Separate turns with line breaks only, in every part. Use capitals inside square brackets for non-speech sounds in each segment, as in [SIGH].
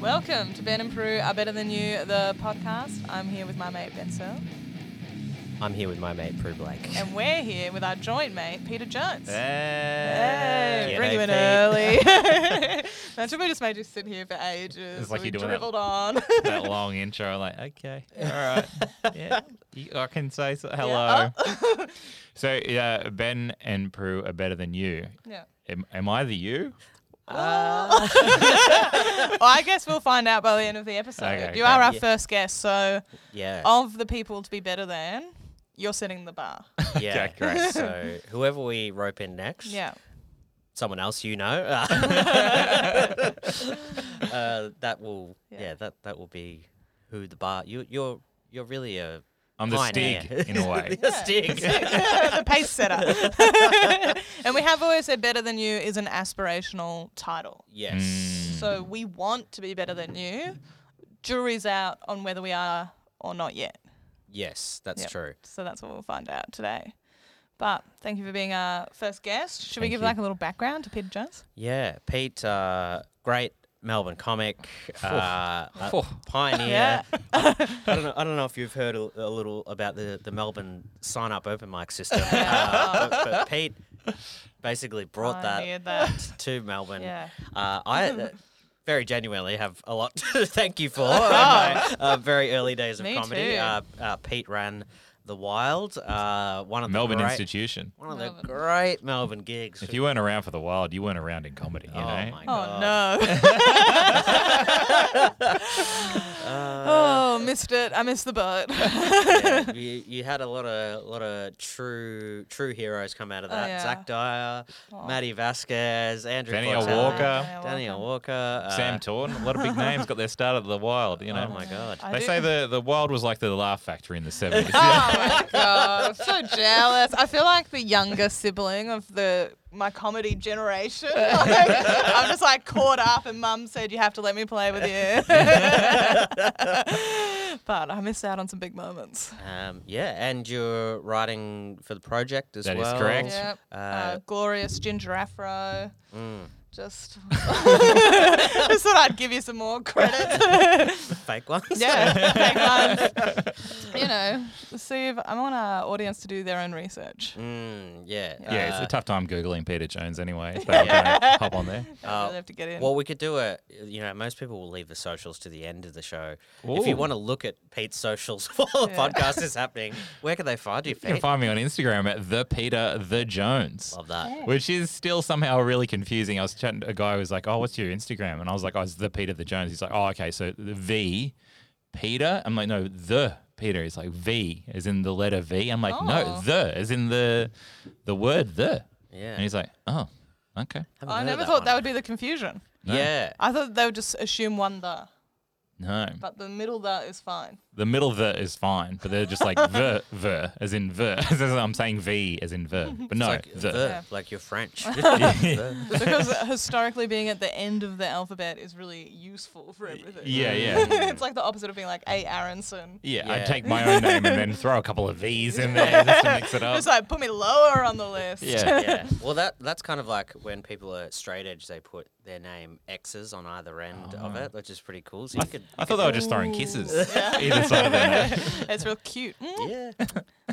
welcome to Ben and Prue Are Better Than You, the podcast. I'm here with my mate Ben Searle,
I'm here with my mate Prue Blake.
and we're here with our joint mate Peter Jones.
Hey,
Hey, bring you in
G'day,
[LAUGHS]
early. [LAUGHS] Imagine we just made you sit here for ages.
It's like
we
you're doing that-
dribbled on.
[LAUGHS] that long intro. Like, okay,
[LAUGHS]
all right, yeah, you- I can say so. hello.
Yeah. Oh.
uh,
[LAUGHS] So, yeah, Ben and Prue are better than you.
[LAUGHS] yeah.
Am, am I the you?
Uh,
Well, I guess we'll find out by the end of the episode.
Okay,
you
okay.
are our
Yeah.
first guest, so
yeah.
of the people to be better than, you're setting the
[LAUGHS]
bar.
yeah.
Okay, [LAUGHS] great.
So whoever we rope in next,
Yeah. [LAUGHS]
someone else you know, [LAUGHS] uh, uh, that will
Yeah.
yeah. that that will be who the bar you you're you're really a
I'm the
pioneer.
Stig in a way.
[LAUGHS] the
Yeah. [LAUGHS]
Stig.
the pace setter.
[LAUGHS]
[LAUGHS] and we have always said better than you is an aspirational title.
yes.
Mm.
So we want to be better than you. Jury's out on whether we are or not yet.
Yes, that's
Yep.
true.
So that's what we'll find out today. But thank you for being our first guest. Should we
Thank
give
you.
like a little background to Peter Jones?
Yeah, Pete, uh, great Melbourne comic,
[LAUGHS]
uh, a
Phew.
pioneer.
Yeah. [LAUGHS]
I don't know. I don't know if you've heard a, a little about the, the Melbourne sign up open mic
[LAUGHS]
system, uh, but, but Pete basically brought
Pioneered
that,
that.
to Melbourne.
Yeah.
Uh, I uh, very genuinely have a lot [LAUGHS] to thank you for in my, uh, very early days of
Oh. Me
comedy.
too.
Uh, uh, Pete ran the Wild, uh, one of
Melbourne
the great,
Institution.
one of the
Melbourne.
great Melbourne gigs.
If you weren't around for the wild, you weren't around in comedy.
[LAUGHS] oh
You know?
my
Oh
god!
no.
[LAUGHS]
[LAUGHS]
Uh,
oh, missed it. I missed the boat. [LAUGHS]
yeah, you, you had a lot of lot of true true heroes come out of
Oh,
that.
yeah.
Zach Dyer,
Oh.
Matty Vasquez, Andrew
Daniel
Fox-Hall,
Walker.
Daniel Walker, uh,
Sam Torn, a lot of big names got their start at the wild. You know,
Oh my god!
I
they
do-
say the the wild was like the laugh factory in
[LAUGHS]
the [LAUGHS] seventies.
Oh my god, I'm so jealous. I feel like the younger sibling of the my comedy generation. [LAUGHS] Like, I'm just like caught up, and Mum said you have to let me play with you. [LAUGHS] but I missed out on some big moments.
Um, yeah, and you're writing for the project as
That is
well.
correct.
Yep. Uh,
Uh,
glorious ginger afro.
mm,
Just, [LAUGHS] just thought I'd give you some more
[LAUGHS]
credit. [LAUGHS]
fake ones.
[LAUGHS]
yeah, thank God. You know, see if I want our audience to do their own research.
[LAUGHS] Mm, yeah.
yeah,
uh,
it's a tough time googling Peter
[LAUGHS]
Jones anyway. If they yeah. don't hop on there.
I really
Uh,
have to get in.
Well, we could do a. You know, most people will leave the socials to the end of the show. If
Ooh.
you want to look at Pete's socials [LAUGHS] while the
Yeah.
podcast is happening, where can they find you,
You can
Pete?
find me on Instagram at the Peter the Jones,
Love that.
which is still somehow really confusing. I was chatting to a guy who was like, "Oh, what's your Instagram?" And I was like, "Oh, it's the Peter the Jones." He's like, "Oh, okay, so the V Peter." I'm like, "No, the Peter." He's like, "V as in the letter V." I'm like,
Oh.
"No, the as in the the word the."
Yeah.
And he's like, "Oh, okay,
Haven't
I
heard
never
of
thought that
one.
would be the confusion.
No.
Yeah.
I thought they would just assume one the,
no."
but the middle the is
[LAUGHS]
fine.
The middle the is fine, but they're just like [LAUGHS] the the as in the. [LAUGHS] I'm saying V as in the, but no
It's like
the.
the,
Yeah.
like you're French. [LAUGHS]
Because historically, being at the end of the alphabet is really useful for everything.
Yeah, yeah.
[LAUGHS] it's like the opposite of being like A. Aronson.
Yeah,
Yeah.
I'd take my own name
[LAUGHS]
and then throw a couple of V's in there just to mix it up.
Just like put me lower on the list. [LAUGHS]
Yeah.
yeah. Well, that that's kind of like when people are straight edge, they put their name X's on either end of it, which is pretty cool. So you could.
I thought they were just throwing kisses
Yeah.
[LAUGHS] either
[LAUGHS]
side of their name.
it's real cute. Mm.
Yeah.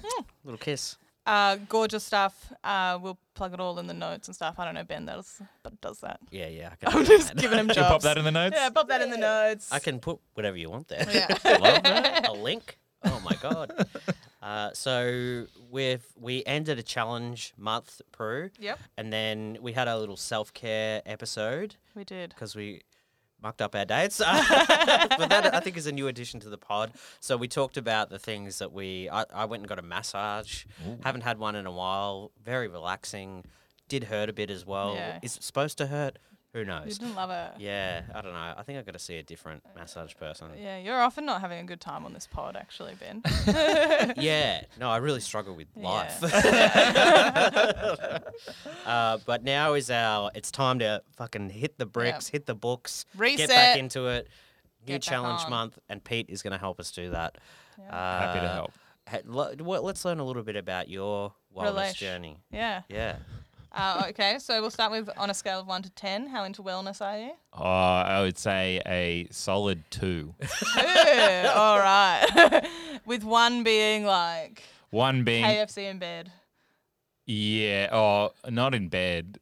Hmm. Little kiss.
Uh, gorgeous stuff. Uh, we'll plug it all in the notes and stuff. I don't know Ben that is, but does that. [LAUGHS]
Yeah, yeah. I can,
I'm
do
just
that.
giving him
You
jobs.
pop that in the notes?
yeah, pop that in the notes.
I can put whatever you want there. [LAUGHS]
Yeah.
Love that. A link. Oh my god. Uh, so we've we ended a challenge month, Prue,
Yep,
and then we had our little self care episode.
we did.
because we mucked up our dates. [LAUGHS] but that I think is a new addition to the pod. So we talked about the things that we. I, I went and got a massage. Haven't had one in a while. Very relaxing. Did hurt a bit as well.
Yeah.
Is it supposed to hurt? Who
You
knows?
didn't love it.
Yeah, I don't know. I think I got to see a different massage person.
Yeah, you're often not having a good time on this pod, actually,
[LAUGHS]
Ben.
yeah, no, I really struggle with
Yeah. [LAUGHS]
life. uh, but now is our. It's time to fucking hit the bricks, hit the books, get
Reset.
back into it. New
Get back
challenge
on.
month, and Pete is going to help us do that. Uh,
Happy to help.
ha- lo- well, let's learn a little bit about your wellness
Relish.
journey.
[LAUGHS] yeah.
Yeah.
Uh, okay, so we'll start with on a scale of one to ten, how into wellness are
[LAUGHS]
you?
Oh, I would say a solid
[LAUGHS]
two.
Two. All right. [LAUGHS] with one being like
One being,
KFC in bed.
yeah, oh, not
[LAUGHS]
in bed.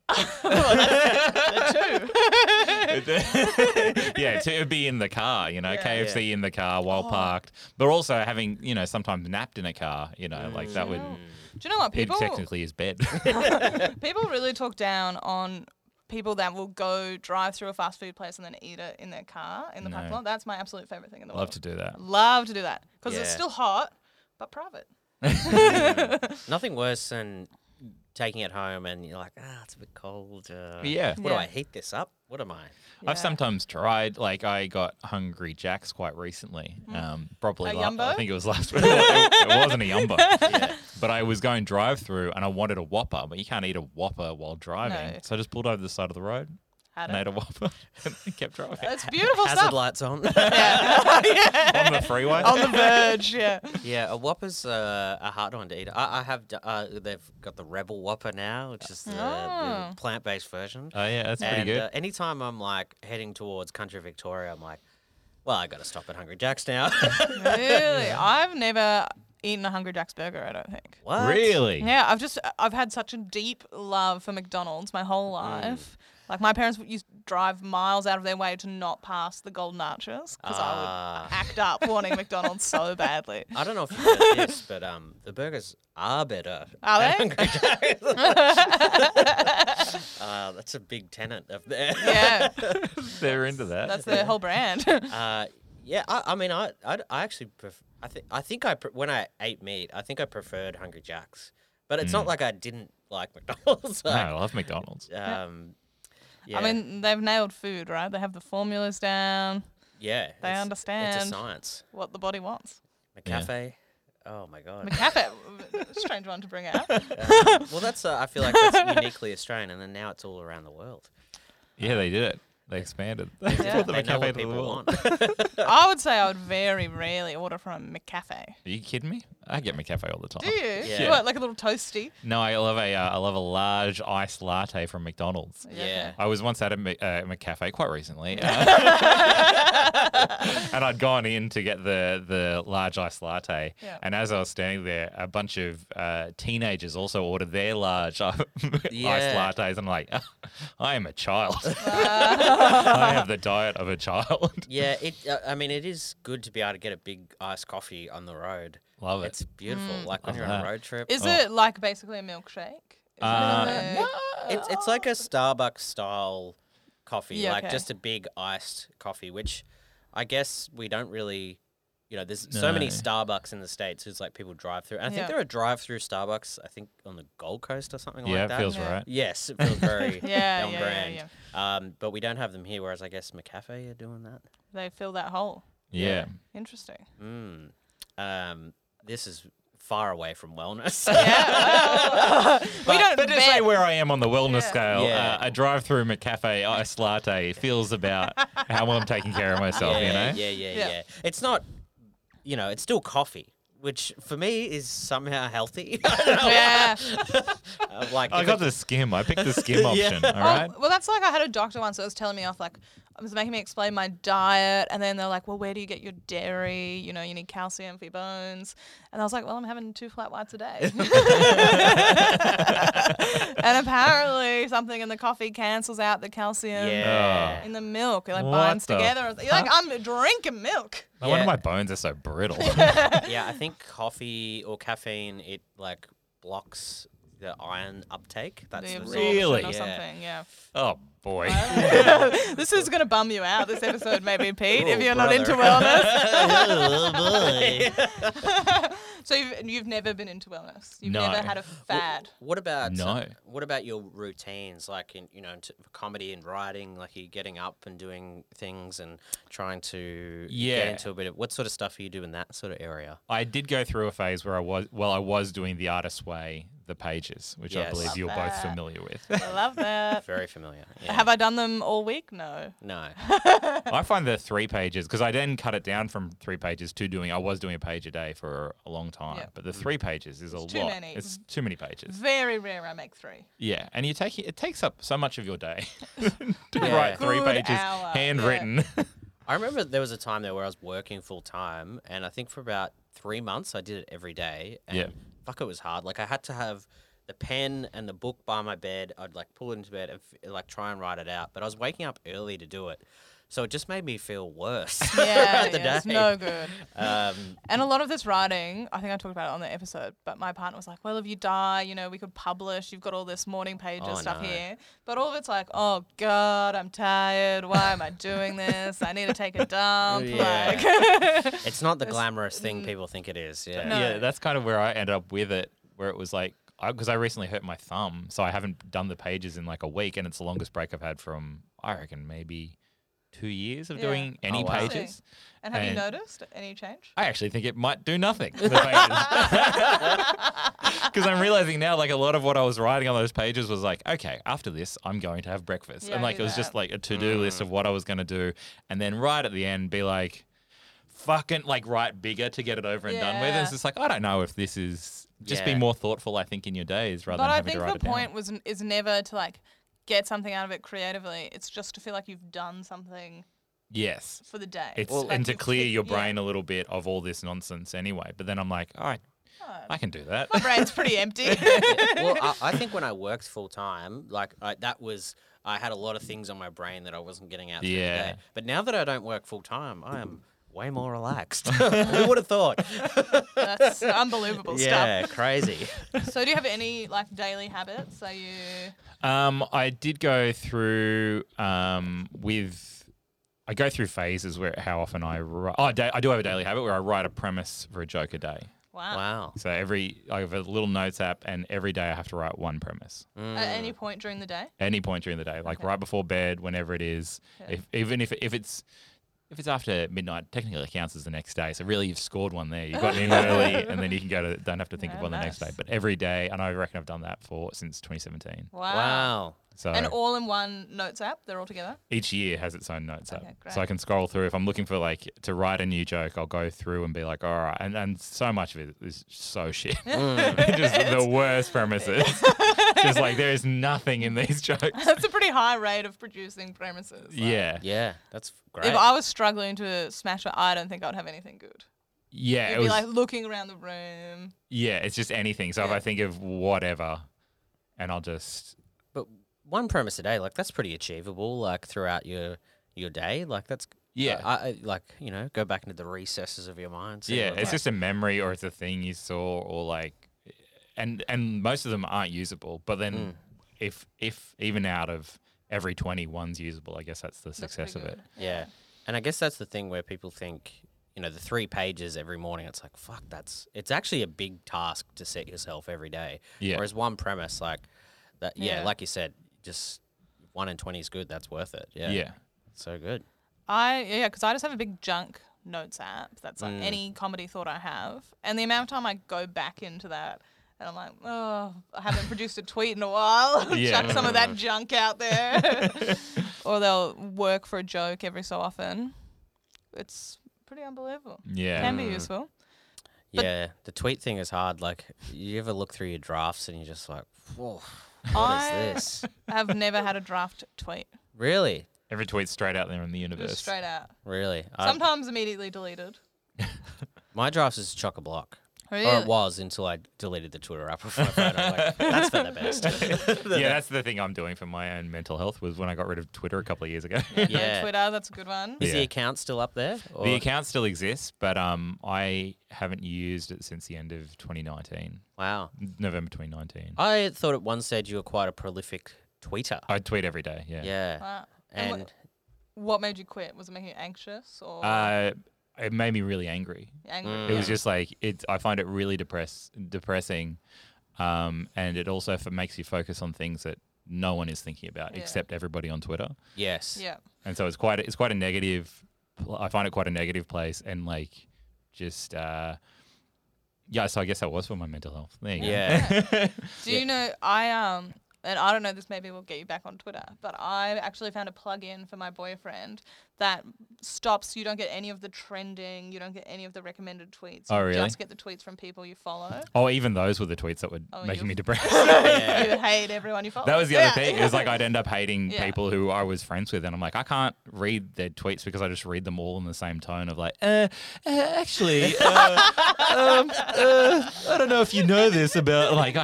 yeah, to it'd be in the car, you know, KFC in the car
Oh.
while parked, but also having, you know, sometimes napped in a car, you know, like that would,
Oh. Do you know what
it
Mm. people
technically is bed.
[LAUGHS] people really talk down on people that will go drive through a fast food place and then eat it in their car in the
No.
parking lot. That's my absolute favorite thing in the
Love
world.
to do that.
Love to do that because it's
Yeah.
still hot, but private.
[LAUGHS] Nothing worse than taking it home and you're like, ah, it's a bit cold. Uh,
Yeah.
What do I
Yeah.
heat this up? What
[LAUGHS]
am I?
Yeah.
I've sometimes tried, like I got Hungry Jack's quite recently. Um, probably,
Mm. A
la- I
Yumbo?
think it was last [LAUGHS] week. it wasn't a Yumbo,
[LAUGHS]
but I was going drive through and I wanted a Whopper, but you can't eat a Whopper while driving.
No.
So I just pulled over the side of the road
Had
and
it.
ate a Whopper [LAUGHS] and kept driving [LAUGHS]
It's beautiful
Hazard
stuff.
lights on.
Yeah. [LAUGHS]
on the freeway.
On the verge, yeah.
yeah, a Whopper's uh, a hard one to eat. I, I have. d- Uh, they've got the Rebel Whopper now, which is the,
Oh.
the plant-based version.
Oh yeah, that's pretty
and
good.
Uh, anytime I'm like heading towards country Victoria, I'm like, well, I got to stop at Hungry Jack's now. [LAUGHS]
Really, I've never eaten a Hungry Jack's burger. I don't think.
what?
really?
Yeah, I've just I've had such a deep love for McDonald's my whole
Mm.
life. Like my parents would used to drive miles out of their way to not pass the Golden Arches because I
Ah.
would act up
[LAUGHS]
wanting McDonald's so badly.
I don't know if you know this, but um, the burgers are better.
Are they?
at Hungry Jack's.
[LAUGHS]
uh, that's a big tenant of there.
Yeah,
They're into that.
that's their whole brand. [LAUGHS]
Uh, yeah, I, I mean, I, I, I actually, pref- I think, I think I, pre- when I ate meat, I think I preferred Hungry Jack's, but it's not like I didn't like McDonald's.
[LAUGHS] Mm.
[LAUGHS]
no,
like,
I love McDonald's.
Um, yeah,
I mean, they've nailed food, right? They have the formulas down,
yeah,
they
it's- It's
understand.
a science.
what the body wants.
Yeah.
McCafe. Oh my god.
McCafe, [LAUGHS] strange one to bring out.
Um, well, that's uh, I feel like
[LAUGHS]
that's uniquely Australian, and then now it's all around the world.
Yeah, they did it. They expanded. [LAUGHS] They
Yeah.
brought the
They know
McCafe
what
to the
people
world.
want. [LAUGHS]
I would say I would very rarely order from a McCafe.
Are you kidding me? I get McCafe all the
Do
time.
you?
Yeah.
What, like a little toasty?
No, I love a uh, I love a large iced latte from McDonald's.
Yeah.
I was once at a, Mc- uh, McCafe
[LAUGHS]
quite recently, uh, and I'd gone in to get the the large iced latte.
Yeah.
And as I was standing there, a bunch of uh, teenagers also ordered their large [LAUGHS] uh,
Yeah.
iced lattes. I'm like, [LAUGHS] I am
[LAUGHS]
a child. I have the diet of a child. [LAUGHS]
Yeah, it. Uh, I mean, it is good to be able to get a big iced coffee on the road.
Love it.
It's beautiful.
Mm.
Like when
Love
you're on
that.
a road
[LAUGHS]
trip.
Is it like basically a milkshake? Is it
Uh,
like-
It's it's like a Starbucks style coffee,
Oh. Yeah,
like
okay.
just a big iced coffee, which I guess we don't really. You know, there's so many
No.
Starbucks in the states. It's like people drive through. I think
Yeah.
there are drive through Starbucks. I think on the Gold Coast or something
yeah,
like
it
that.
feels
Yeah.
right.
Yes, it feels very
[LAUGHS] Yeah,
on
yeah, yeah,
brand.
yeah.
Um, but we don't have them here, whereas I guess McCafe are doing that.
they fill that hole.
Yeah.
[LAUGHS]
Interesting. [LAUGHS]
Mm. Um, this is far away from wellness.
Yeah. we
But-
don't.
But to
bet-
say where I am on the wellness
Yeah.
scale,
Yeah.
uh, a drive-through McCafe iced latte feels about how well I'm taking care of myself. you
yeah,
know,
yeah, yeah,
Yeah.
yeah. It's not, you know, it's still coffee, which for me is somehow healthy. [LAUGHS] I don't know.
yeah.
Uh, like
Oh, I
if
got
it-
the skim. I picked the skim
Yeah.
option. All
Oh,
right.
well, that's like I had a doctor once that was telling me off, like, I was making me explain my diet, and then they're like, well, where do you get your dairy? You know, you need calcium for your bones. And I was like, well, I'm having two flat whites a day.
[LAUGHS]
[LAUGHS] and apparently, something in the coffee cancels out the calcium.
Yeah.
In the milk, it like
What
binds
the
together. You're like, I'm drinking milk.
No wonder
Yeah.
my bones are so brittle. [LAUGHS] Ah.
yeah, I think coffee or caffeine it like blocks the iron uptake. That's
The
the
absorption
result.
Really?
Or
Yeah.
something,
[LAUGHS]
yeah. [LAUGHS]
oh boy.
this is gonna bum you out. This episode, maybe Pete, if
Oh,
you're not
brother.
into
[LAUGHS]
wellness.
[LAUGHS] Oh, boy.
[LAUGHS] So you've, you've never been into wellness. You've
No.
never had a [LAUGHS] fad.
Wh- What about
No.
uh, what about your routines, like in you know, t- for comedy and writing? Like you getting up and doing things and trying to
Yeah.
get into a bit of what sort of stuff are you doing in that sort of area?
I did go through a phase where I was well, I was doing the artist way, the pages, which I
Yes.
believe
Love
you're both
that.
familiar with. [LAUGHS]
I
[LAUGHS]
love that. [LAUGHS]
Very familiar. Yeah.
Have I done them all week? No.
No.
I find the three pages because I then cut it down from three pages to doing. I was doing a page a day for a long time,
Yep.
but the three pages is a
too
lot.
many. Mm-hmm.
It's too many pages.
Very rare I make three.
Yeah, and you take it takes up so much of your day [LAUGHS] to
Yeah.
write three
Good
pages
hour, yeah.
handwritten.
I remember there was a time there where I was working full time, and I think for about three months I did it every day. And
Yeah.
Fuck, it was hard. Like I had to have the pen and the book by my bed. I'd like pull it into bed and f- like try and write it out. But I was waking up early to do it, so it just made me feel
[LAUGHS]
worse. [LAUGHS]
Yeah,
throughout the
yeah it's
day.
no good.
Um,
And a lot of this writing, I think I talked about it on the episode, but my partner was like, well, if you die, you know, we could publish. You've got all this morning pages
Oh,
stuff
no.
here. But all of it's like, oh, God, I'm tired. Why am I doing this? I need to take
[LAUGHS]
a dump.
Yeah.
[LAUGHS] Like,
it's not the glamorous thing people think it is. Yeah.
mm. No.
Yeah, that's kind of where I ended up with it, where it was like, because I, recently hurt my thumb, so I haven't done the pages in like a week, and it's the longest break I've had from, I reckon, maybe two years of
Yeah.
doing any
Oh, wow. Interesting.
pages.
and have you
And-
noticed any change?
I actually think it might do nothing.
[LAUGHS]
[LAUGHS] Because I'm realizing now, like a lot of what I was writing on those pages was like, okay, after this, I'm going to have breakfast,
Yeah,
and like
do
it was just
that.
like a to do list of what I was going to do, and then right at the end, be like, fucking, like write bigger to get it over and done with. And
Yeah.
it's just like I don't know if this is just be
Yeah.
more thoughtful. I think in your days rather
But
than
I
having
think
to write
the
it down.
point was n- is never to like get something out of it creatively. It's just to feel like you've done something
Yes.
for the day.
It's
Like
and to
you've
clear
tick-
your
yeah.
brain a little bit of all this nonsense anyway. But then I'm like, all right,
Oh,
I can do
[LAUGHS]
that.
my brain's pretty empty.
[LAUGHS]
well, I, I think when I worked full time, like I, that was, I had a lot of things on my brain that I wasn't getting out. through the
Yeah.
day. But now that I don't work full time, I am way more relaxed. [LAUGHS] Who would have thought?
That's unbelievable
yeah, crazy.
stuff. So do you have any like daily habits? Are you
Um, I did go through um, with. I go through phases where how often I write. Oh, da- I do have a daily habit where I write a premise for a joke a day.
wow.
[LAUGHS] Wow.
So every I have a little notes app, and every day I have to write one premise.
At any point during the day?
Any point during the day, like right before bed, whenever it is.
Yeah.
If, even if if it's if it's after midnight, technically it counts as the next day. So really, you've scored one there. You
[LAUGHS]
got in early, and then you can go to don't have to think of
Yeah,
one the next day.
nice.
But every day, and I reckon I've done that for since 2017.
Wow.
Wow.
So
And all in one notes app, they're all
[LAUGHS]
together.
each year has its own notes
Okay,
app. So
great.
I can scroll through. If I'm looking for like to write a new joke, I'll go through and be like, all right. And, and so much of it is
[LAUGHS]
so shit. [LAUGHS] Just the worst premises. Just like there is nothing in these [LAUGHS] jokes.
[LAUGHS] That's a pretty high rate of producing premises. like-
Yeah.
Yeah, that's great.
If I was struggling to smash it, I don't think I'd have anything good.
Yeah.
You'd
It
be
was,
like looking around the room.
yeah. It's just anything. So if
Yeah.
I think of whatever and I'll just,
but one premise a day, like that's pretty achievable. Like throughout your your day, like that's uh,
Yeah.
I, I like you know go back into the recesses of your mind. see
yeah,
what,
it's
like-
just a memory or it's a thing you saw or like, and, and most of them aren't usable, but then
Mm.
if, if even out of every 20, one's usable, I guess that's the
That's
success of
pretty
it.
good.
Yeah. And I guess that's the thing where people think, you know, the three pages every morning, it's like, fuck, that's, it's actually a big task to set yourself every day.
Yeah.
Whereas one premise, like, that, yeah,
Yeah.
like you said, just one in 20 is good. That's worth it. Yeah.
Yeah.
So good.
I yeah, because I just have a big junk notes app. That's like
Mm.
any comedy thought I have, and the amount of time I go back into that, and I'm like, oh, I haven't produced a tweet in a while. [LAUGHS]
Yeah.
Chuck some of
[LAUGHS]
that junk out there, or they'll work for a joke every so often. It's pretty unbelievable.
Yeah.
Can be useful. But-
yeah. The tweet thing is hard. Like, you ever look through your drafts and you're just like, whoa, [LAUGHS] what is
I-
this?
I've never had a draft
[LAUGHS]
tweet
Really?
Every tweet's straight out there in the universe.
just straight out.
Really? I-
Sometimes immediately deleted.
my drafts is chock a block. Or
Really?
it was until I deleted the Twitter app [LAUGHS] off my phone. I was like, that's for the
[LAUGHS]
best.
yeah, that's the thing I'm doing for my own mental health was when I got rid of Twitter a couple of years ago.
[LAUGHS]
[LAUGHS]
No
yeah.
Twitter, that's a good one.
Is
Yeah.
the account still up there? Or?
the account still exists, but um, I haven't used it since the end of 2019,
Wow.
November 2019.
I thought at one stage you were quite a prolific tweeter.
I tweet every day. Oh, Yeah.
yeah.
Wow. Uh, And wha-
And
What made you quit? Was it making you anxious or
Uh, it made me really angry.
angry?
Mm.
It was just like it. I find it really depress depressing, um, and it also f- makes you focus on things that no one is thinking about
Yeah.
except everybody on Twitter.
yes.
yeah.
and so it's quite it's quite a negative. pl- I find it quite a negative place, and like just uh, Yeah, so I guess that was for my mental health. There you
Yeah.
go.
Do you know I um and I don't know this maybe will get you back on Twitter, but I actually found a plug-in for my boyfriend that stops you don't get any of the trending, you don't get any of the recommended tweets.
Oh,
you
really?
Just get the tweets from people you follow.
[LAUGHS] oh, even those were the tweets that were
Oh,
making
you-
me depressed.
Yeah.
You hate everyone you follow.
That was the other
Yeah.
thing. It was like I'd end up hating
Yeah.
people who I was friends with, and I'm like, I can't read their tweets because I just read them all in the same tone of like, uh, uh actually,
[LAUGHS]
uh, um, uh, I don't know if you know this about like, oh,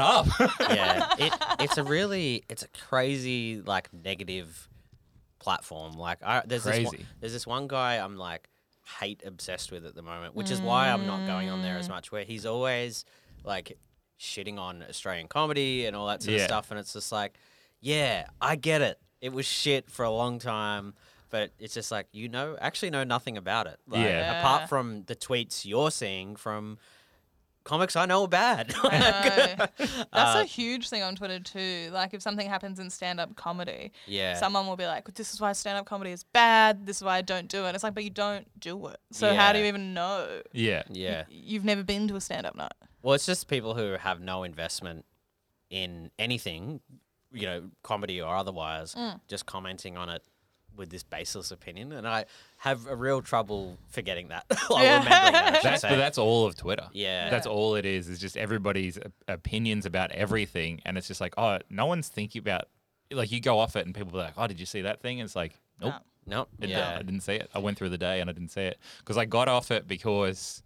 [LAUGHS]
up.
yeah, it, it's a really it's a crazy like negative platform. Like I, there's this one,
Crazy.
there's this one guy I'm like hate obsessed with at the moment, which is why I'm not going on
Mm.
there as much. Where he's always like shitting on Australian comedy and all that sort
Yeah.
of stuff, and it's just like, yeah, I get it. It was shit for a long time. But it's just like you know, actually know nothing about it. Like,
Yeah.
Yeah.
Apart from the tweets you're seeing from comics I know are bad. [LAUGHS]
I know. [LAUGHS] That's
Uh,
a huge thing on Twitter too. Like if something happens in stand-up comedy,
yeah.
someone will be like, "This is why stand-up comedy is bad. This is why I don't do it." It's like, but you don't do it, so how do
Yeah.
you even know?
yeah.
yeah.
You've never been to a stand-up night.
Well, it's just people who have no investment in anything, you know, comedy or otherwise, just commenting on it with this baseless opinion, and I have a real trouble forgetting that. [LAUGHS] or
Yeah.
remembering
[LAUGHS]
that. I should
That's,
say.
but that's all of Twitter.
Yeah.
That's all it is, is just everybody's op- opinions about everything. And it's just like, oh, no one's thinking about, like, you go off it and people are like, oh, did you see that thing? And it's like, nope.
No.
nope.
It-
yeah.
uh, I didn't see it. I went through the day and I didn't see it because I got off it because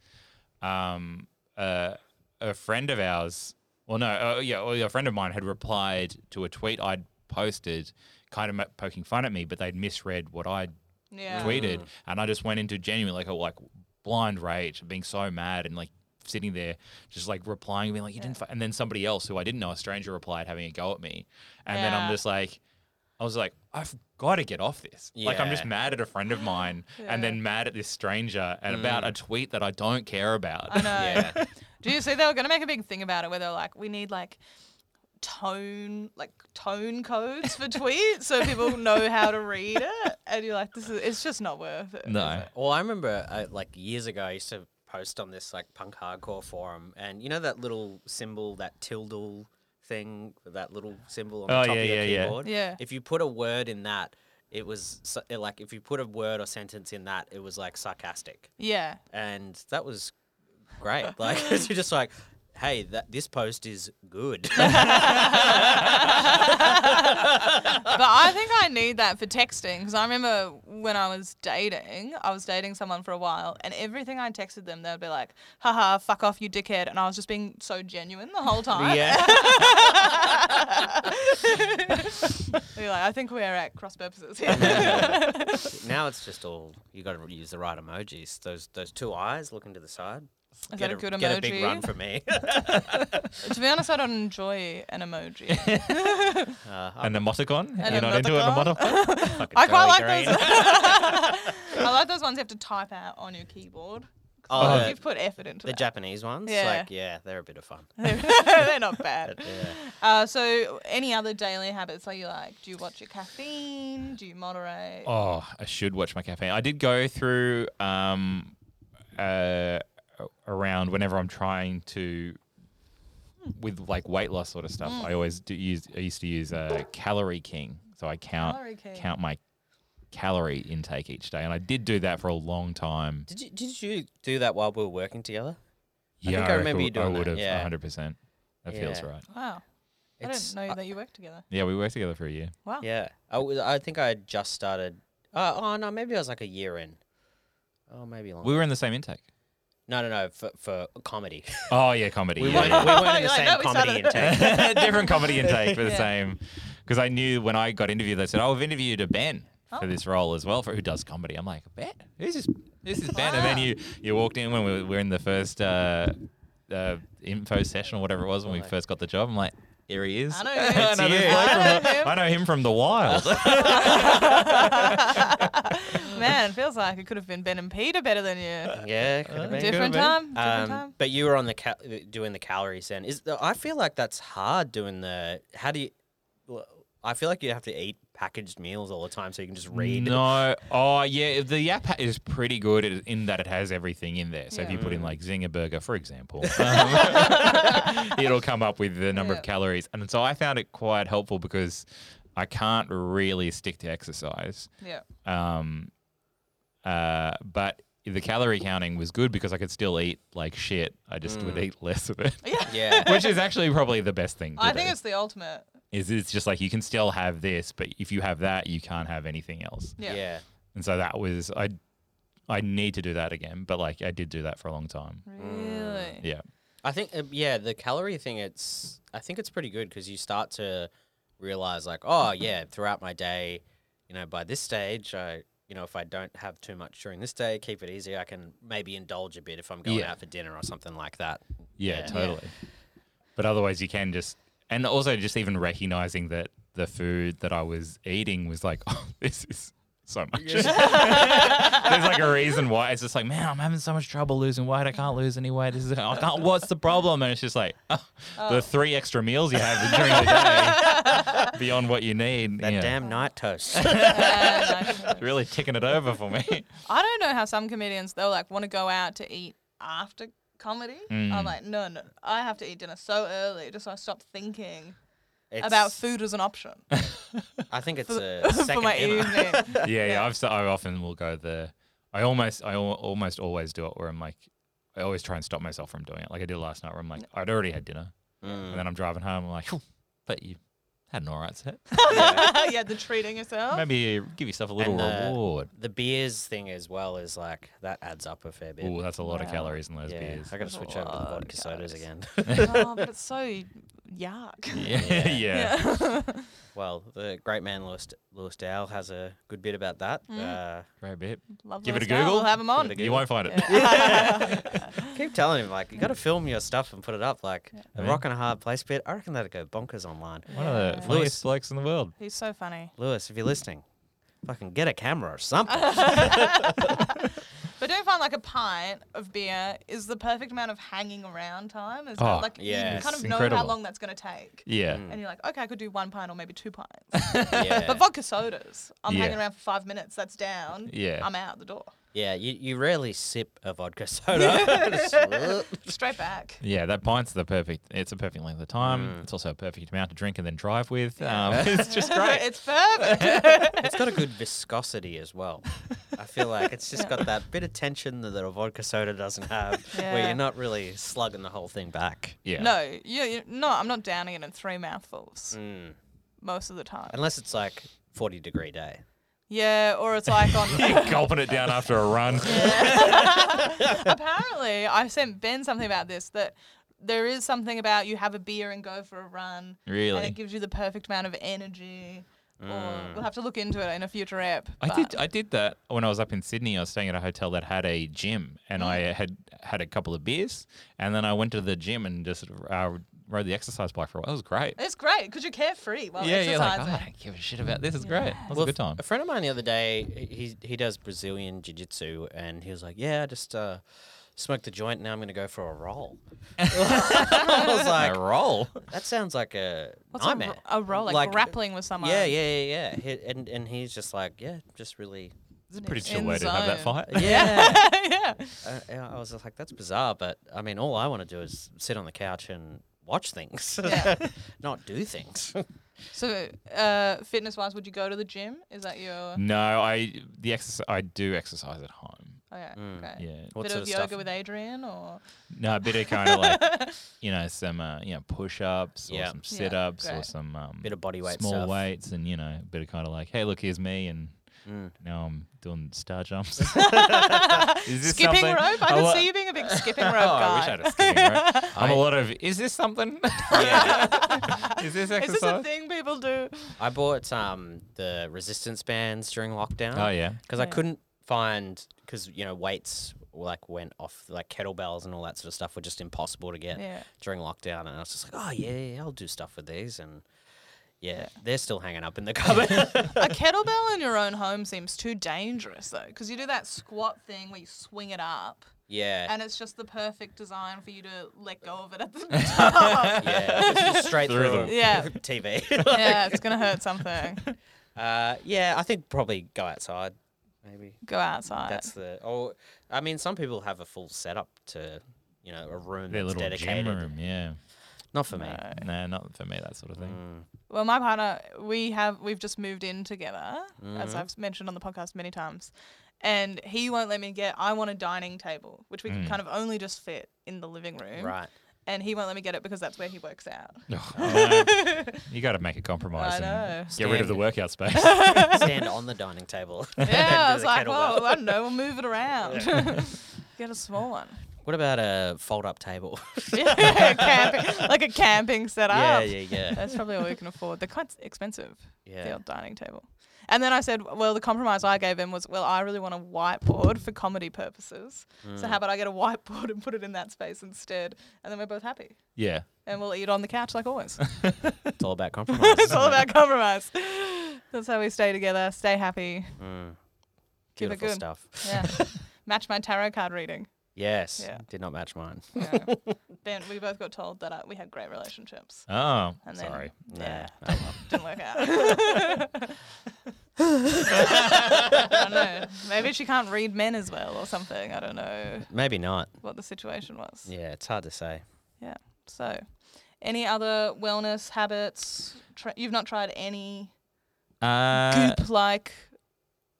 um, uh, a friend of ours, well, no, uh, yeah, well, yeah, a friend of mine had replied to a tweet I'd posted, kind of mo- poking fun at me, but they'd misread what I
Yeah.
tweeted, and I just went into genuine like a like blind rage, being so mad and like sitting there just like replying, being like, "You didn't," fu-" and then somebody else who I didn't know, a stranger, replied having a go at me, and then I'm
Yeah.
just like. I was like, I've got to get off this. Like, I'm just
Yeah.
mad at a friend of mine and then mad at this stranger and about a tweet that I don't care about.
I know.
Yeah.
Do you see they were going to make a big thing about it where they're like, we need like tone, like tone codes for tweets so
[LAUGHS]
people know how to read it. And you're like, this is, it's just not worth it.
[LAUGHS] No.
Well, I remember uh, like years ago, I used to post on this like punk hardcore forum, and you know that little symbol, that tilde thing, that little symbol on the
Oh,
top
yeah,
of your
yeah, yeah.
keyboard.
Yeah.
If you put a word in that, it was su- it, like if you put a word or sentence in that, it was like sarcastic, [LAUGHS]
Yeah. [LAUGHS]
and that was great. Like [LAUGHS] you're just like. Hey, that this post is good.
But
[LAUGHS]
I think I need that for texting because I remember when I was dating, I was dating someone for a while, and everything I texted them, they'd be like, haha, fuck off, you dickhead. And I was just being so genuine the whole time. [LAUGHS]
yeah,
You're like, I think we're at cross purposes
[LAUGHS]
here.
now it's just all you got to use the right emojis. Those those two eyes looking to the side.
Is
get
that a good
Get a
emoji?
big run
[LAUGHS]
for me. [LAUGHS]
to be honest, I don't enjoy an
[LAUGHS]
emoji.
Uh,
An emoticon?
An
You're not into an
[LAUGHS] emoticon?
emoticon?
I quite
Jolly
like
Green.
those. [LAUGHS] I like those ones you have to type out on your keyboard. 'Cause,
[LAUGHS] Oh,
like,
[LAUGHS]
the-
you've put effort into
The
that.
Japanese ones,
Yeah.
like yeah, they're a bit of fun.
[LAUGHS] They're not bad.
Yeah.
Uh, so, any other daily habits that you like? Do you watch your caffeine? Do you moderate?
Oh, I should watch my caffeine. I did go through um, uh, around whenever I'm trying to with like weight loss sort of stuff.
Mm.
I always do use. I used to use uh, Calorie King, so I count
Calorie King.
count my calorie intake each day, and I did do that for a long time.
Did you did you do that while we were working together?
Yeah,
think I remember you doing
I
that,
would have
yeah.
100. percent That feels
Yeah.
right.
Wow. I
It's-
didn't know
uh,
I-
that you worked
[LAUGHS]
together. [LAUGHS]
Yeah, we worked together for a year.
Wow.
Yeah, I was. I think I had just started. Uh, oh no, maybe I was like a year in. Oh, maybe longer.
We were in the
[LAUGHS]
same intake.
no, no, no. For for
[LAUGHS]
comedy,
Oh yeah, comedy.
we
yeah,
weren't,
[LAUGHS]
yeah.
we weren't
You're
in the
like,
same
no, we
comedy
started- [LAUGHS]
intake.
[LAUGHS] different comedy intake for the
Yeah.
same. Because I knew when I got interviewed, they said, "Oh, we've interviewed a Ben for
Oh.
this role as well, for who does comedy." I'm like, "Ben? Who's this? This is Ben." And then
Wow.
you you walked in when we were- we were in the first uh, uh, info session or whatever it was when we
Like-
first got the job. I'm like. Here he is.
I
[LAUGHS]
know
this
him.
bloke from
It's you.
the-
I know him.
I know him from the wild.
[LAUGHS] Man, it feels like it could have been Ben and Peter better than you.
yeah, could have
Could've
been.
Different
Uh,
time.
been.
Different
Um,
time.
but you were on the ca- doing the calories then. Is the, I feel like that's hard doing the. How do you? I feel like you have to eat packaged meals all the time, so you can just read.
No. Oh, yeah. The app is pretty good at- in that it has everything in there. So if
Yeah.
you put in like Zinger Burger, for example, um, [LAUGHS] it'll come up with the number of
Yeah.
calories. And so I found it quite helpful because I can't really stick to exercise.
Yeah. [LAUGHS]
Um, uh, but the calorie counting was good because I could still eat like shit. I just would eat less of it. [LAUGHS]
Yeah.
Yeah.
Which is actually probably the best thing. To
I
do,
think it's the ultimate.
is it's just like you can still have this, but if you have that, you can't have anything else.
Yeah.
yeah.
And so that was I I need to do that again, but like I did do that for a long time.
Really?
Mm, Yeah.
I think uh, yeah, the calorie thing. It's I think it's pretty good because you start to realize like, oh yeah, throughout my day, you know, by this stage, I you know, if I don't have too much during this day, keep it easy. I can maybe indulge a bit if I'm going
Yeah.
out for dinner or something like
[LAUGHS]
that.
Yeah,
Yeah.
totally. But otherwise you can just and also just even recognizing that the food that I was eating was like, [LAUGHS] oh, this is so much. [LAUGHS] There's like a reason why. It's just like, man, I'm having so much trouble losing weight. I can't lose any weight. This is I can't what's the problem? And it's just like oh,
[LAUGHS]
the three extra meals you have during
[LAUGHS]
the day beyond what you need.
That
yeah.
damn night
[LAUGHS]
toast.
Yeah, nice.
really ticking it over
[LAUGHS]
for me.
I don't know how some comedians they'll like want to go out to eat after comedy.
Mm.
I'm like, no, no, I have to eat dinner so early just so I stop thinking about
It's-
food as an
[LAUGHS]
option
I think it's
[LAUGHS] for,
a
for
second
my
dinner. [LAUGHS]
[LAUGHS]
evening. [LAUGHS]
yeah, yeah. I've, s- I often will go the. I almost, I al- almost always do it where I'm like, I always try and stop myself from doing it. Like I did last night where I'm like, I'd already had dinner,
Mm.
and then I'm driving home. I'm like, "Phew, but you had an alright set.
yeah, the treating yourself.
Maybe give yourself a little
And, uh,
reward.
[LAUGHS] The beers thing as well is like that adds up a fair bit.
Oh, that's a lot of
Wow.
calories in those
yeah, [LAUGHS]
beers. [LAUGHS]
I gotta
That's a
switch over to the
lot of
vodka sodas
calories.
again.
[LAUGHS]
[LAUGHS]
oh, but it's so yuck.
Yeah, [LAUGHS] yeah.
Yeah.
[LAUGHS]
[LAUGHS]
Yeah.
Well, the great man Lewis, Lewis Dowell has a good bit about that.
Mm.
Uh,
Great bit.
Love
Give it a
those down,
Google.
We'll have them on.
it
You won't find it.
Uh, keep telling him like you got to film your stuff and put it up. Like a rock and a hard place bit. I reckon that'd go bonkers online.
One of the
Yeah.
funniest blokes in the world.
He's so funny.
Lewis, if you're listening, fucking get a camera
[LAUGHS]
or something.
But don't you find like a pint of beer is the perfect amount of hanging around time. Is
Oh,
like
yeah.
you kind
It's
of know
incredible.
how long that's going to take.
Yeah.
Mm.
And you're like, okay, I could do one pint or maybe two pints.
[LAUGHS]
yeah,
But vodka sodas, I'm
Yeah.
hanging around for five minutes. That's down.
Yeah.
I'm out the door,
yeah. You, you rarely sip a vodka soda. [LAUGHS] Just, uh,
[LAUGHS] straight back.
Yeah, that pint's the perfect. It's a perfect length of time.
Mm.
It's also a perfect amount to drink and then drive with. Um, [LAUGHS] it's
[LAUGHS]
just great.
[LAUGHS] it's
[LAUGHS]
perfect.
it's got a good viscosity as well. I feel like it's just got that bit of tension that a vodka soda doesn't have, where
Yeah.
you're not really slugging the whole thing back.
Yeah.
No, you, you, no, I'm not downing it in three mouthfuls
Mm.
most of the time.
Unless it's like 40 degree day.
Yeah, or it's like
[LAUGHS]
on. [LAUGHS]
gulping it down after a
[LAUGHS]
run.
apparently, I sent Ben something about this that there is something about you have a beer and go for a run. And
Really? Mm.
it gives you the perfect amount of energy. Or we'll have to look into it in a future app.
I
but-
did. I did that when I was up in Sydney. I was staying at a hotel that had a gym, and I had had a couple of beers, and then I went to the gym and just uh, rode the exercise bike for a while. It was great.
It's great because you're carefree while
yeah, yeah.
exercising.
Like oh, I don't give a shit about this. It's great. It was a
Well,
good time.
A friend of mine the other day, he he does Brazilian jiu jitsu, and he was like, "Yeah, I just uh, smoked the joint. Now I'm gonna go for a roll." [LAUGHS] I was like,
[LAUGHS] a roll.
"That sounds like a
What's a,
nightmare."
ro- a role like, grappling with someone?
Yeah, yeah, yeah, yeah. He, and and he's just like, "Yeah,
[LAUGHS]
just really."
It's a pretty
In
chill way to have that
zone.
fight.
Yeah,
[LAUGHS] yeah.
Uh, and I was just like, "That's bizarre," but I mean, all I want to do is sit on the couch and watch things,
[LAUGHS] Yeah.
[LAUGHS] not do things. [LAUGHS]
So, uh, fitness wise, would you go to the gym? Is that your.
[LAUGHS] No, I the exercise. I do exercise at home.
Okay. okay.
Yeah.
What
Bit of
sort of
yoga
stuff?
with Adrian or.
No, a bit of kind of like you know some uh, you know push ups or
Yeah.
some
Yeah,
sit ups or
great.
some um,
Bit of body weight
small
stuff.
weights, and you know a bit of kind of like, hey, look, here's me, and now I'm doing star
[LAUGHS]
[LAUGHS] jumps. is this
Skipping
something?
rope? I
A
can
lo-
see you being a big skipping rope
Oh, I wish I
guy.
had a skipping
[LAUGHS]
rope. I'm a lot of. Is this something? [LAUGHS] is this
Is this a
exercise?
thing people do?
I bought um the resistance bands during lockdown.
Oh, yeah.
because I
Yeah.
couldn't find because you know weights like went off like kettlebells and all that sort of stuff were just impossible to get
Yeah.
during lockdown, and I was just like, oh yeah, yeah, I'll do stuff with these, and yeah, they're still hanging up in
[LAUGHS]
the [LAUGHS] cupboard.
A kettlebell in your own home seems too dangerous though, because you do that squat thing where you swing it up.
Yeah.
and it's just the perfect design for you to let go of it at the [LAUGHS]
[LAUGHS]
top.
yeah. It's just straight
Through
through,
them.
Yeah.
[LAUGHS] TV.
yeah, it's gonna hurt something.
Uh, yeah, I think probably go outside, maybe.
Go outside.
That's the. Oh, I mean, some people have a full setup to, you know, a room
Their
that's
little
dedicated.
gym room, yeah.
Not for me.
Nah, not for me, that sort of thing.
[LAUGHS] Well, my partner, we have we've just moved in together,
Mm-hmm.
as I've mentioned on the podcast many times, and he won't let me get. I want a dining table, which we can kind of only just fit in the living room,
Mm. Right.
and he won't let me get it because that's where he works out.
Oh, no. you got to make a compromise
I
and
know.
get rid of the
Stand-
workout space.
[LAUGHS]
Stand on the dining table. [LAUGHS]
Yeah, I was
[LAUGHS] There's a
like,
kettlebell.
well, I don't know, we'll move it around. [LAUGHS] get a small one, [LAUGHS]
What about a fold-up table?
yeah, camping, like a camping setup.
[LAUGHS] yeah, yeah,
[LAUGHS]
yeah.
That's probably all we can afford. They're quite expensive, the
Yeah.
old dining table. And then I said, well, the compromise I gave him was, well, I really want a whiteboard for comedy purposes. So
Mm.
how about I get a whiteboard [LAUGHS] and put it in that space instead? And then we're both happy.
yeah.
And we'll eat on the couch like always. [LAUGHS]
It's all about compromise.
it's all
[LAUGHS]
about compromise. That's how we stay together, stay happy.
Mm.
Keep it
Beautiful
good.
stuff. [LAUGHS]
Yeah. Match my tarot card reading.
Yes.
Yeah.
Did not match mine.
Yeah. then we both got told that uh, we had great relationships.
Oh,
And then,
sorry.
Nah.
Yeah.
Oh, well.
Didn't work out.
[LAUGHS]
[LAUGHS] I don't know. Maybe she can't read men as well or something. I don't know
Maybe not.
what the situation was.
Yeah, it's hard to say.
So, any other wellness habits? Tr- you've not tried any
Uh,
goop like.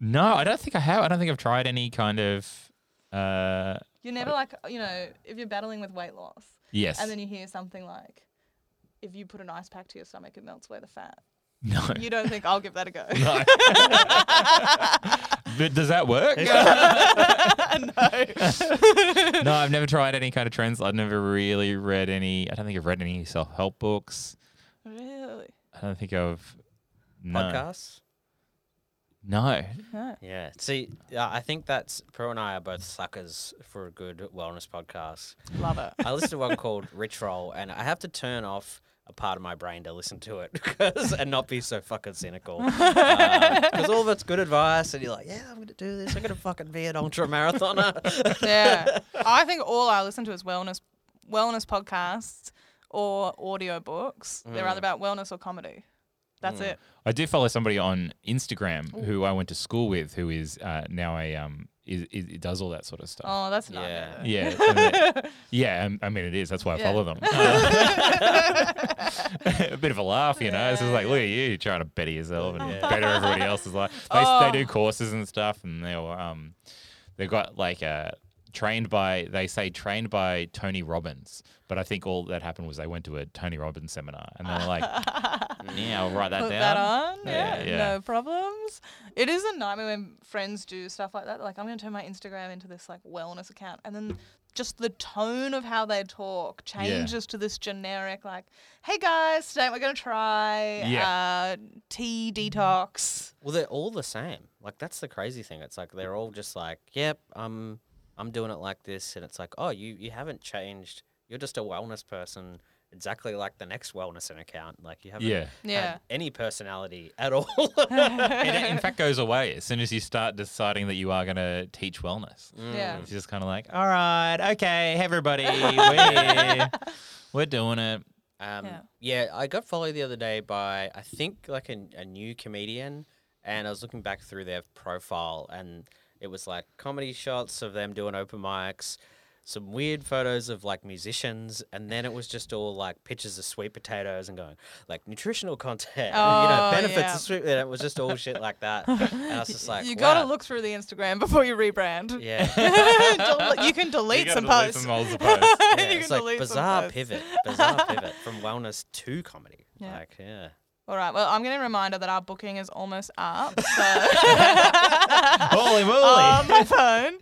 no, I don't think I have. I don't think I've tried any kind of. Uh,
You're never like, you know, if you're battling with weight loss
yes.
and then you hear something like, if you put an ice pack to your stomach, it melts away the fat.
[LAUGHS] no.
You don't think I'll give that a go?
no. but does that work? [LAUGHS]
no.
no, I've never tried any kind of trends. I've never really read any. I don't think I've read any self help books.
[LAUGHS] Really?
I don't think I've. No.
Podcasts.
No.
No.
Yeah. See, uh, I think that's Pro and I are both suckers for a good wellness podcast.
Love it.
I listened to one called Rich Roll, and I have to turn off a part of my brain to listen to it [LAUGHS] because and not be so fucking cynical. Because all of it's good advice, and you're like, yeah, I'm gonna do this. I'm gonna fucking be an ultra marathoner.
yeah. [LAUGHS] I think all I listen to is wellness wellness podcasts or audiobooks. They're either about wellness or comedy. That's it.
I do follow somebody on Instagram who I went to school with, who is uh, now a um, is, is does all that sort of stuff.
Oh, that's not
Yeah.
yeah.
Yeah, I
[LAUGHS]
mean- yeah. um, I mean, it is. That's why I
Yeah.
follow
[LAUGHS]
them. [LAUGHS] a bit of a laugh, you know. It's just like, look at you trying to better yourself and
Yeah.
[LAUGHS]
better everybody else's life. They,
Oh.
they do courses and stuff, and they will um, they've got like a trained by they say trained by Tony Robbins, but I think all that happened was they went to a Tony Robbins seminar and they
[LAUGHS]
were like, yeah, I'll write that
Put
down.
that on. Yeah,
Yeah, yeah.
No problems. It is a nightmare when friends do stuff like that. Like I'm gonna turn my Instagram into this like wellness account and then just the tone of how they talk changes to this generic like, hey guys, today we're gonna try uh, tea detox.
well, they're all the same. Like that's the crazy thing. It's like they're all just like, yep, I'm I'm doing it like this, and it's like, oh, you you haven't changed. You're just a wellness person. Exactly like the next wellness account. Like you
[LAUGHS]
haven't
Yeah.
Yeah.
had any personality at all. [LAUGHS] uh,
It in fact goes away as soon as you start deciding that you are going to teach wellness.
[LAUGHS] Yeah.
It's just kind of like, all right, okay, hey,
[LAUGHS]
everybody, we're, we're doing it.
Um,
Yeah.
yeah. I got followed the other day by I think like a, a new comedian, and I was looking back through their profile, and it was like comedy shots of them doing open mics, some weird photos of like musicians, and then it was just all like pictures of sweet potatoes and going like nutritional content, [LAUGHS] you know,
Oh,
benefits
yeah.
of sweet. And it was just all shit
[LAUGHS]
like that, and I was just like,
you gotta
wow.
look through the Instagram before [LAUGHS] you rebrand.
Yeah,
Del- you can delete some posts. [LAUGHS]
yeah,
You
it's
can
like
delete some
bizarre
posts. [LAUGHS]
pivot, bizarre pivot from wellness to comedy.
Yeah.
Like, yeah.
All right. Well, I'm getting a reminder that our booking is almost up. So
Holy moly!
on my phone,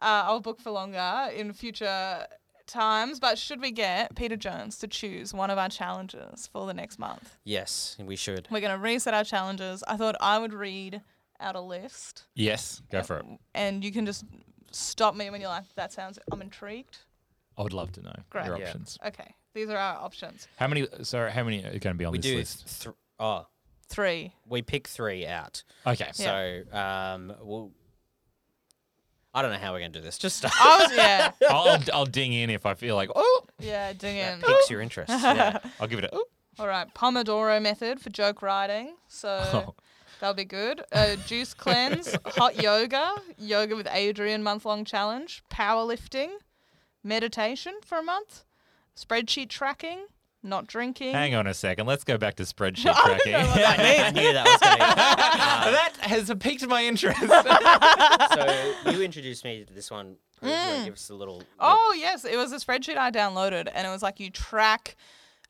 uh, I'll book for longer in future times. But should we get Peter Jones to choose one of our challenges for the next month?
Yes, we should.
We're gonna reset our challenges. I thought I would read out a list,
yes, go for it.
and you can just stop me when you're like, "That sounds. I'm intrigued."
I would love to know
Great.
your
Yeah.
options.
Okay. These are our options.
How many? Sorry, how many are going to be on
we
this
do
list?
Th- oh,
Three.
we pick three out.
Okay,
Yeah.
So um, we'll I don't know how we're gonna do this. Just start. [LAUGHS]
I was Oh, yeah,
I'll, I'll, I'll ding in if I feel like, oh,
yeah, ding
That
in.
piques your
[LAUGHS]
interest. Yeah.
I'll give it a, oh.
All right, Pomodoro method for joke writing.
Oh.
So that'll be good. Uh, juice cleanse, hot yoga, yoga with Adrian month long challenge, powerlifting, meditation for a month, spreadsheet tracking, not drinking.
Hang on a second. Let's go back to spreadsheet
[LAUGHS] I don't
tracking. [LAUGHS]
know [LAUGHS] what that
I knew that was gonna be.
that has piqued
[LAUGHS]
my interest.
so you introduced me to this one. Please, you wanna Give us a little.
Mm. Oh yes, it was a spreadsheet I downloaded, and it was like you track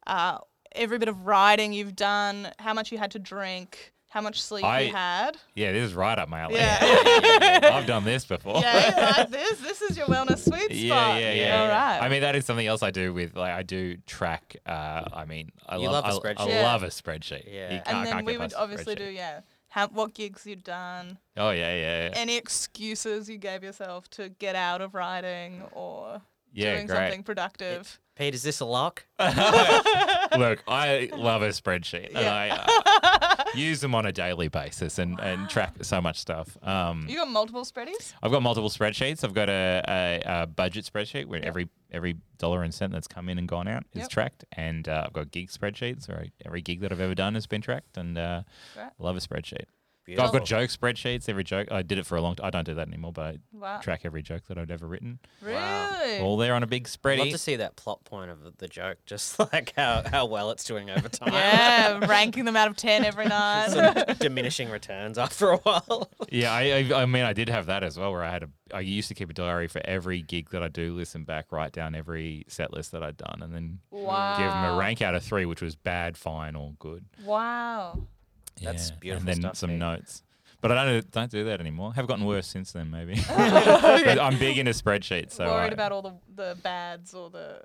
uh, every bit of riding you've done, how much you had to drink, how much sleep
I-
you
[LAUGHS]
had.
yeah, this is right up my alley.
Yeah.
I've done this before.
yeah, like this. This is your wellness sweet spot.
[LAUGHS] Yeah, yeah, yeah.
All right.
I mean, that is something else I do with like I do track. Uh, I mean, I
You
love,
love a
I- I,
spreadsheet.
Yeah.
love a spreadsheet.
Yeah.
You
And
can't-
and then
can't
we
get
would
past a
obviously do
spreadsheet.
yeah, how, what gigs you've done,
Oh yeah, yeah, yeah.
[LAUGHS] any excuses you gave yourself to get out of riding or
Yeah,
doing
great.
something productive.
Pete, is this a lock?
Look, I love a spreadsheet. And
Yeah.
I uh, use them on a daily basis and, and track so much stuff. Um,
You got multiple spreadies?
I've got multiple spreadsheets. I've got a, a, a budget spreadsheet where every every dollar and cent that's come in and gone out is
Yep.
tracked, and uh, I've got gig spreadsheets where I, every gig that I've ever done has been tracked, and uh,
Right. Oh.
I love a spreadsheet. I've
Beautiful.
got joke spreadsheets. Every joke I did it for a long time. I don't do that anymore, but I
Wow.
track every joke that I've ever written.
Really?
All there on a big
I'd love
spreadsheet.
to see that plot point of the joke, just [LAUGHS] like how, how well it's doing over time.
[LAUGHS]
Yeah, ranking them out of 10 every night.
Diminishing returns after a while.
Yeah, I, I, I mean, I did have that as well, where I had a, I used to keep a diary for every gig that I do, listen back, write down every set list that I'd done, and then
[LAUGHS] wow.
give them a rank out of three, which was bad, fine, or good.
Wow.
That's beautiful
And then
stuff,
some
Pete.
notes. But I don't don't do that anymore. Have gotten worse since
[LAUGHS]
then, maybe. but I'm big into spreadsheets, so
Worried
I-
about all the, the bads or the.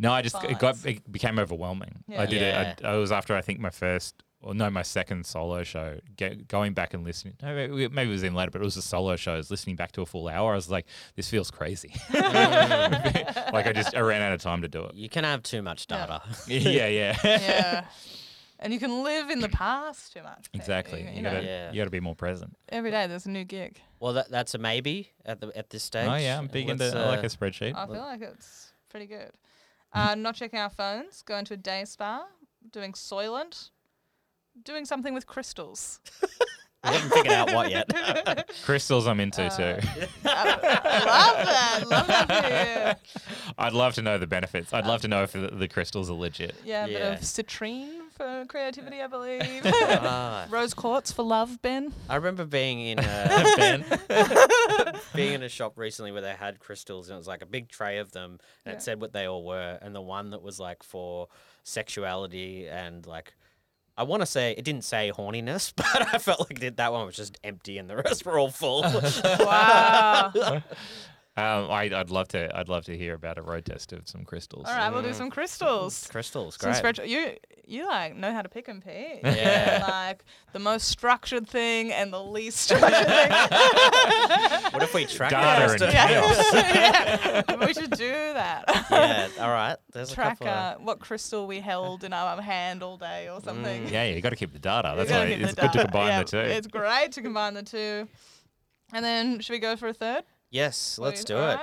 no, I just it got
Files.
it became overwhelming.
Yeah.
I did
Yeah.
it. I, I was after I think my first or no, my second solo show. Get, going back and listening, no, maybe maybe it was even later, but it was a solo show. I was listening back to a full hour. I was like, this feels crazy. [LAUGHS] like I just I ran out of time to do it.
You can have too much
Yeah.
data.
yeah, yeah,
[LAUGHS]
[LAUGHS]
Yeah. and you can live in the past too much.
exactly.
You,
You
know,
gotta
Yeah.
you gotta be more present.
Every day there's a new gig.
Well, that, that's a maybe at the at this stage.
Oh yeah, I'm big into
Let's,
I like
uh,
a spreadsheet.
I feel like it's pretty good. Uh, not checking our phones, going to a day spa, doing Soylent, doing something with crystals.
We haven't figured out what [LAUGHS] yet.
Crystals, I'm into too.
Love that. Love that for you.
[LAUGHS] I'd love to know the benefits. I'd love to know if the, the crystals are legit.
Yeah, a
Yeah.
bit of citrine for creativity, I believe.
Ah,
Rose quartz for love, Ben.
I remember being in
[LAUGHS]
a,
Ben,
[LAUGHS] being in a shop recently where they had crystals and it was like a big tray of them
Yeah.
and it said what they all were and the one that was like for sexuality and like I want to say it didn't say horniness, [LAUGHS] but I felt like it, that one was just empty and the rest were all
[LAUGHS]
full. [LAUGHS]
Wow. All
um, I, I'd love to. I'd love to hear about a road test of some crystals.
right, we'll do some crystals.
crystals,
Some
great.
spreadsheet. You you like know how to pick and pick.
Yeah.
like the most structured thing and the least structured thing.
what if we track
Data
[LAUGHS]
crystal-
and
yeah.
chaos.
yeah. We should do
[LAUGHS]
that.
all right. There's a
Track
couple of-
uh, what crystal we held in our hand all day or something. [LAUGHS]
Mm, Yeah, yeah, you got to keep the data.
You
That's why
gotta get
it's
the
good to
data.
combine
Yeah,
the two.
It's great to combine the two. And then should we go for a third?
Yes, let's
please?
do
All
it.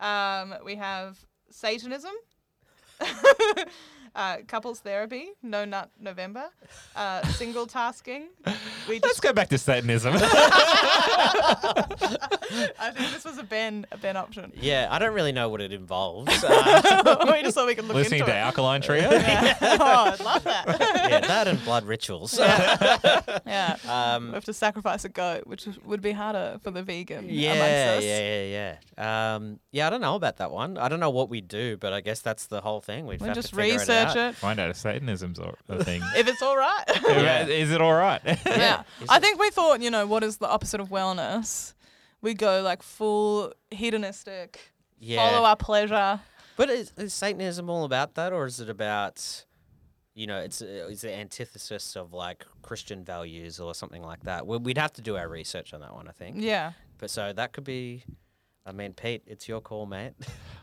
right. Um, we have Satanism, [LAUGHS] uh, couples therapy, no nut November, uh,
[LAUGHS]
single tasking. We
Let's
just,
go back
[LAUGHS]
to Satanism.
I think this was a Ben a Ben option.
Yeah, I don't really know what it involves. Uh,
[LAUGHS] we just thought we could look
[LAUGHS] Listening
into
to
it.
Alkaline Trio.
Yeah. [LAUGHS] oh, I'd love that. [LAUGHS]
yeah, that and blood rituals.
yeah. we
Um,
have to sacrifice a goat, which is- would be harder for the vegan
yeah, yeah,
amongst us.
yeah, yeah. Um, yeah, I don't know about that one. I don't know what we do, but I guess that's the whole thing. We'd
We
have
just
to figure
research
it.
it,
Out.
Find out if Satanism's or- a
[LAUGHS]
thing.
if it's all right.
[LAUGHS] Yeah.
Is it all right?
[LAUGHS]
[LAUGHS]
yeah.
Is
I
it-
think we thought, you know, what is the opposite of wellness? We go like full hedonistic,
Yeah.
follow our pleasure.
But is, is Satanism all about that, or is it about, you know, it's uh, is the antithesis of like Christian values or something like that? We- We'd have to do our research on that one, I think.
Yeah.
But so that could be. I mean, Pete, it's your call, mate.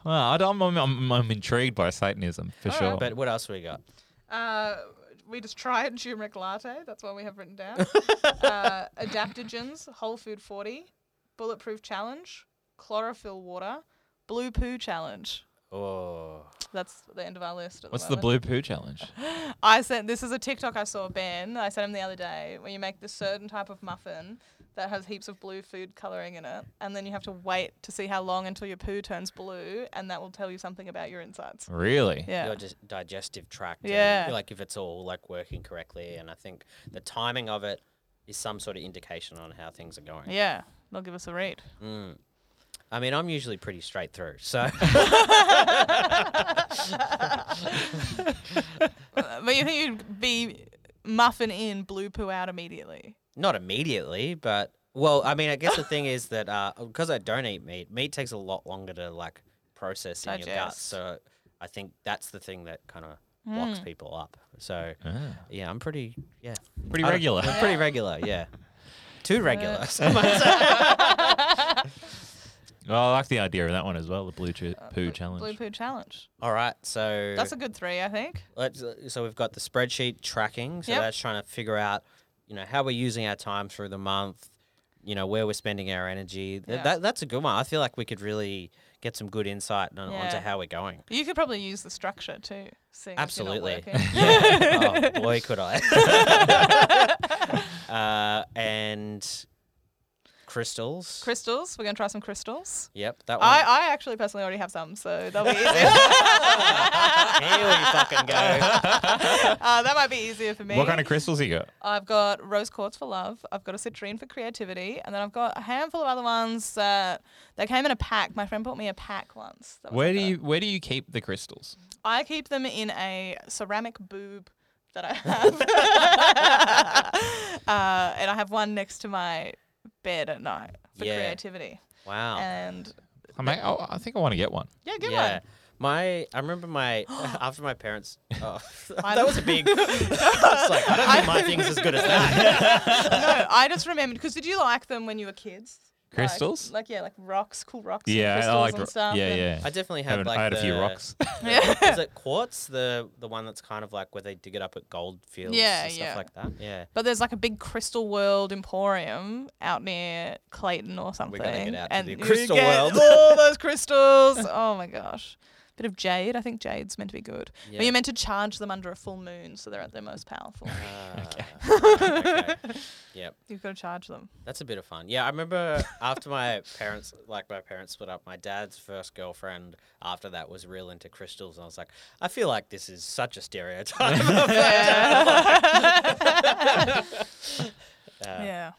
Well, I don't, I'm, I'm, I'm intrigued by Satanism for
All right.
sure.
[LAUGHS] But what else we got?
Uh, we just tried turmeric latte. That's one we have written
[LAUGHS]
down. uh, adaptogens, whole food 40, bulletproof challenge, chlorophyll water, blue poo challenge.
Oh.
That's the end of our list. at
What's the
moment.
blue poo challenge?
I sent this is a TikTok I saw Ben. I sent him the other day where you make this certain type of muffin that has heaps of blue food coloring in it, and then you have to wait to see how long until your poo turns blue, and that will tell you something about your insides.
Really?
Yeah.
your dis- digestive tract. and,
Yeah.
like if it's all like working correctly, and I think the timing of it is some sort of indication on how things are going.
Yeah. They'll give us a
[LAUGHS]
read.
Mm. I mean, I'm usually pretty straight through, so [LAUGHS]
Uh, but you think you'd be muffin in, blue poo out
[LAUGHS]
immediately.
not immediately, but well, I mean, I guess the thing is that because I don't eat meat, meat takes a lot longer to like process in your gut.
Digest. Hmm.
So I think that's the thing that kind of locks people up. So
Ah,
yeah, I'm pretty yeah
pretty
I don't-
regular.
I'm pretty regular, yeah. Too regular. so much.
[LAUGHS] Well, I like the idea of that one as well. The blue ch- poo challenge.
Uh, Blue poo challenge.
[LAUGHS] All right, so
That's a good three, I think.
let's uh, so we've got the spreadsheet tracking so
Yep.
that's trying to figure out you know how we're using our time through the month you know where we're spending our energy Th-
Yeah.
that, that's a good one i feel like we could really get some good insight on, onto
Yeah.
how we're
[LAUGHS]
going
You could probably use the structure too. seeing as you're not
Absolutely.
working.
[LAUGHS]
[LAUGHS]
yeah. Oh, boy, could I. [LAUGHS] uh, and crystals.
crystals. We're gonna try some crystals.
Yep, that one.
I, [LAUGHS] I actually personally already have some, so that'll be easy.
[LAUGHS] Here we fucking go.
[LAUGHS] uh, that might be easier for me.
What kind of crystals you got?
I've got rose quartz for love. I've got a citrine for creativity, and then I've got a handful of other ones that they came in a pack. My friend bought me a pack once. That was
Where
like
do
a-
you where do you keep the crystals?
I keep them in a ceramic boob that
[LAUGHS]
I have, [LAUGHS] uh, and I have one next to my bed at night for
Yeah.
creativity.
Wow.
And
I mean, I, I think I want to get one.
yeah, good
yeah.
one.
My, I remember my [LAUGHS] after my
[LAUGHS]
parents. Oh, [LAUGHS] that was a big. it's like I don't think my thing's as good as
[LAUGHS]
that.
no, I just remembered because did you like them when you were kids? Like-
Crystals?
Like, yeah, like rocks, cool rocks. and
Yeah, I
crystals
like.
and stuff.
yeah,
and-
yeah.
I definitely
Haven't-
had like
I had a few
the-
[LAUGHS]
rocks.
the- Is it quartz? The the one that's kind of like where they dig it up at gold fields
Yeah,
and stuff
yeah.
like that. Yeah.
But there's like a big Crystal World Emporium out near Clayton or something.
gotta get out to
and
the
you
Crystal
get
World. [LAUGHS]
all those crystals. oh my gosh. Bit of jade. I think jade's meant to be good.
Yeah.
But you're meant to charge them under a full moon, so they're at their most powerful.
[LAUGHS]
[LAUGHS]
Ah, Uh, okay.
[LAUGHS]
Yep.
You've got to charge them.
That's a bit of fun. Yeah, I remember after my parents, like my parents split up, my dad's first girlfriend after that was real into crystals. And I was like, I feel like this is such a stereotype. Uh,
yeah.
Uh,
Yeah.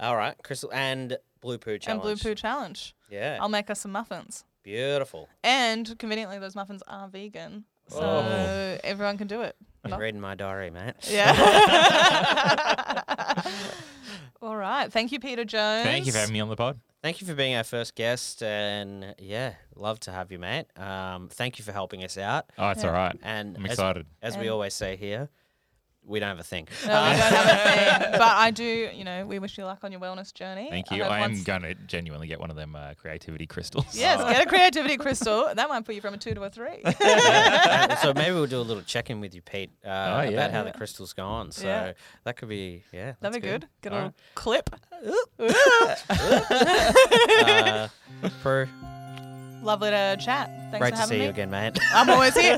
All right, crystal and blue poo
And
challenge.
Blue Poo Challenge.
Yeah,
I'll make us some muffins. [LAUGHS]
beautiful.
And conveniently, those muffins are vegan. So
Oh.
everyone can do
[LAUGHS]
it.
You're
Not-
reading my diary, mate.
Yeah. [LAUGHS] All right. Thank you, Peter Jones.
Thank you for having me on the pod.
Thank you for being our first guest, and yeah, love to have you, mate. Um, thank you for helping us out.
Oh, it's
Yeah.
all right.
And
I'm
as-
excited.
As, we
And-
always say here, we don't have a thing.
No,
[LAUGHS]
I don't have
[LAUGHS]
a thing, but I do. You know, we wish you luck on your wellness journey.
Thank you.
hope
I am
once-
going to genuinely get one of them uh, creativity crystals.
[LAUGHS] Yes, get a creativity
[LAUGHS]
crystal. That might put you from a two to a three.
Uh, so maybe we'll do a little check in with you, Pete, uh, about
yeah.
how the crystal's gone. So
Yeah.
that could be, yeah, that's
That'd be good. Get a
All
little clip.
uh, Prue,
Lovely to chat. Thanks
great
for
to
having
see
me.
you again, mate.
[LAUGHS]
I'm always here.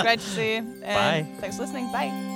Great to see you. And
Bye.
Thanks for listening. Bye.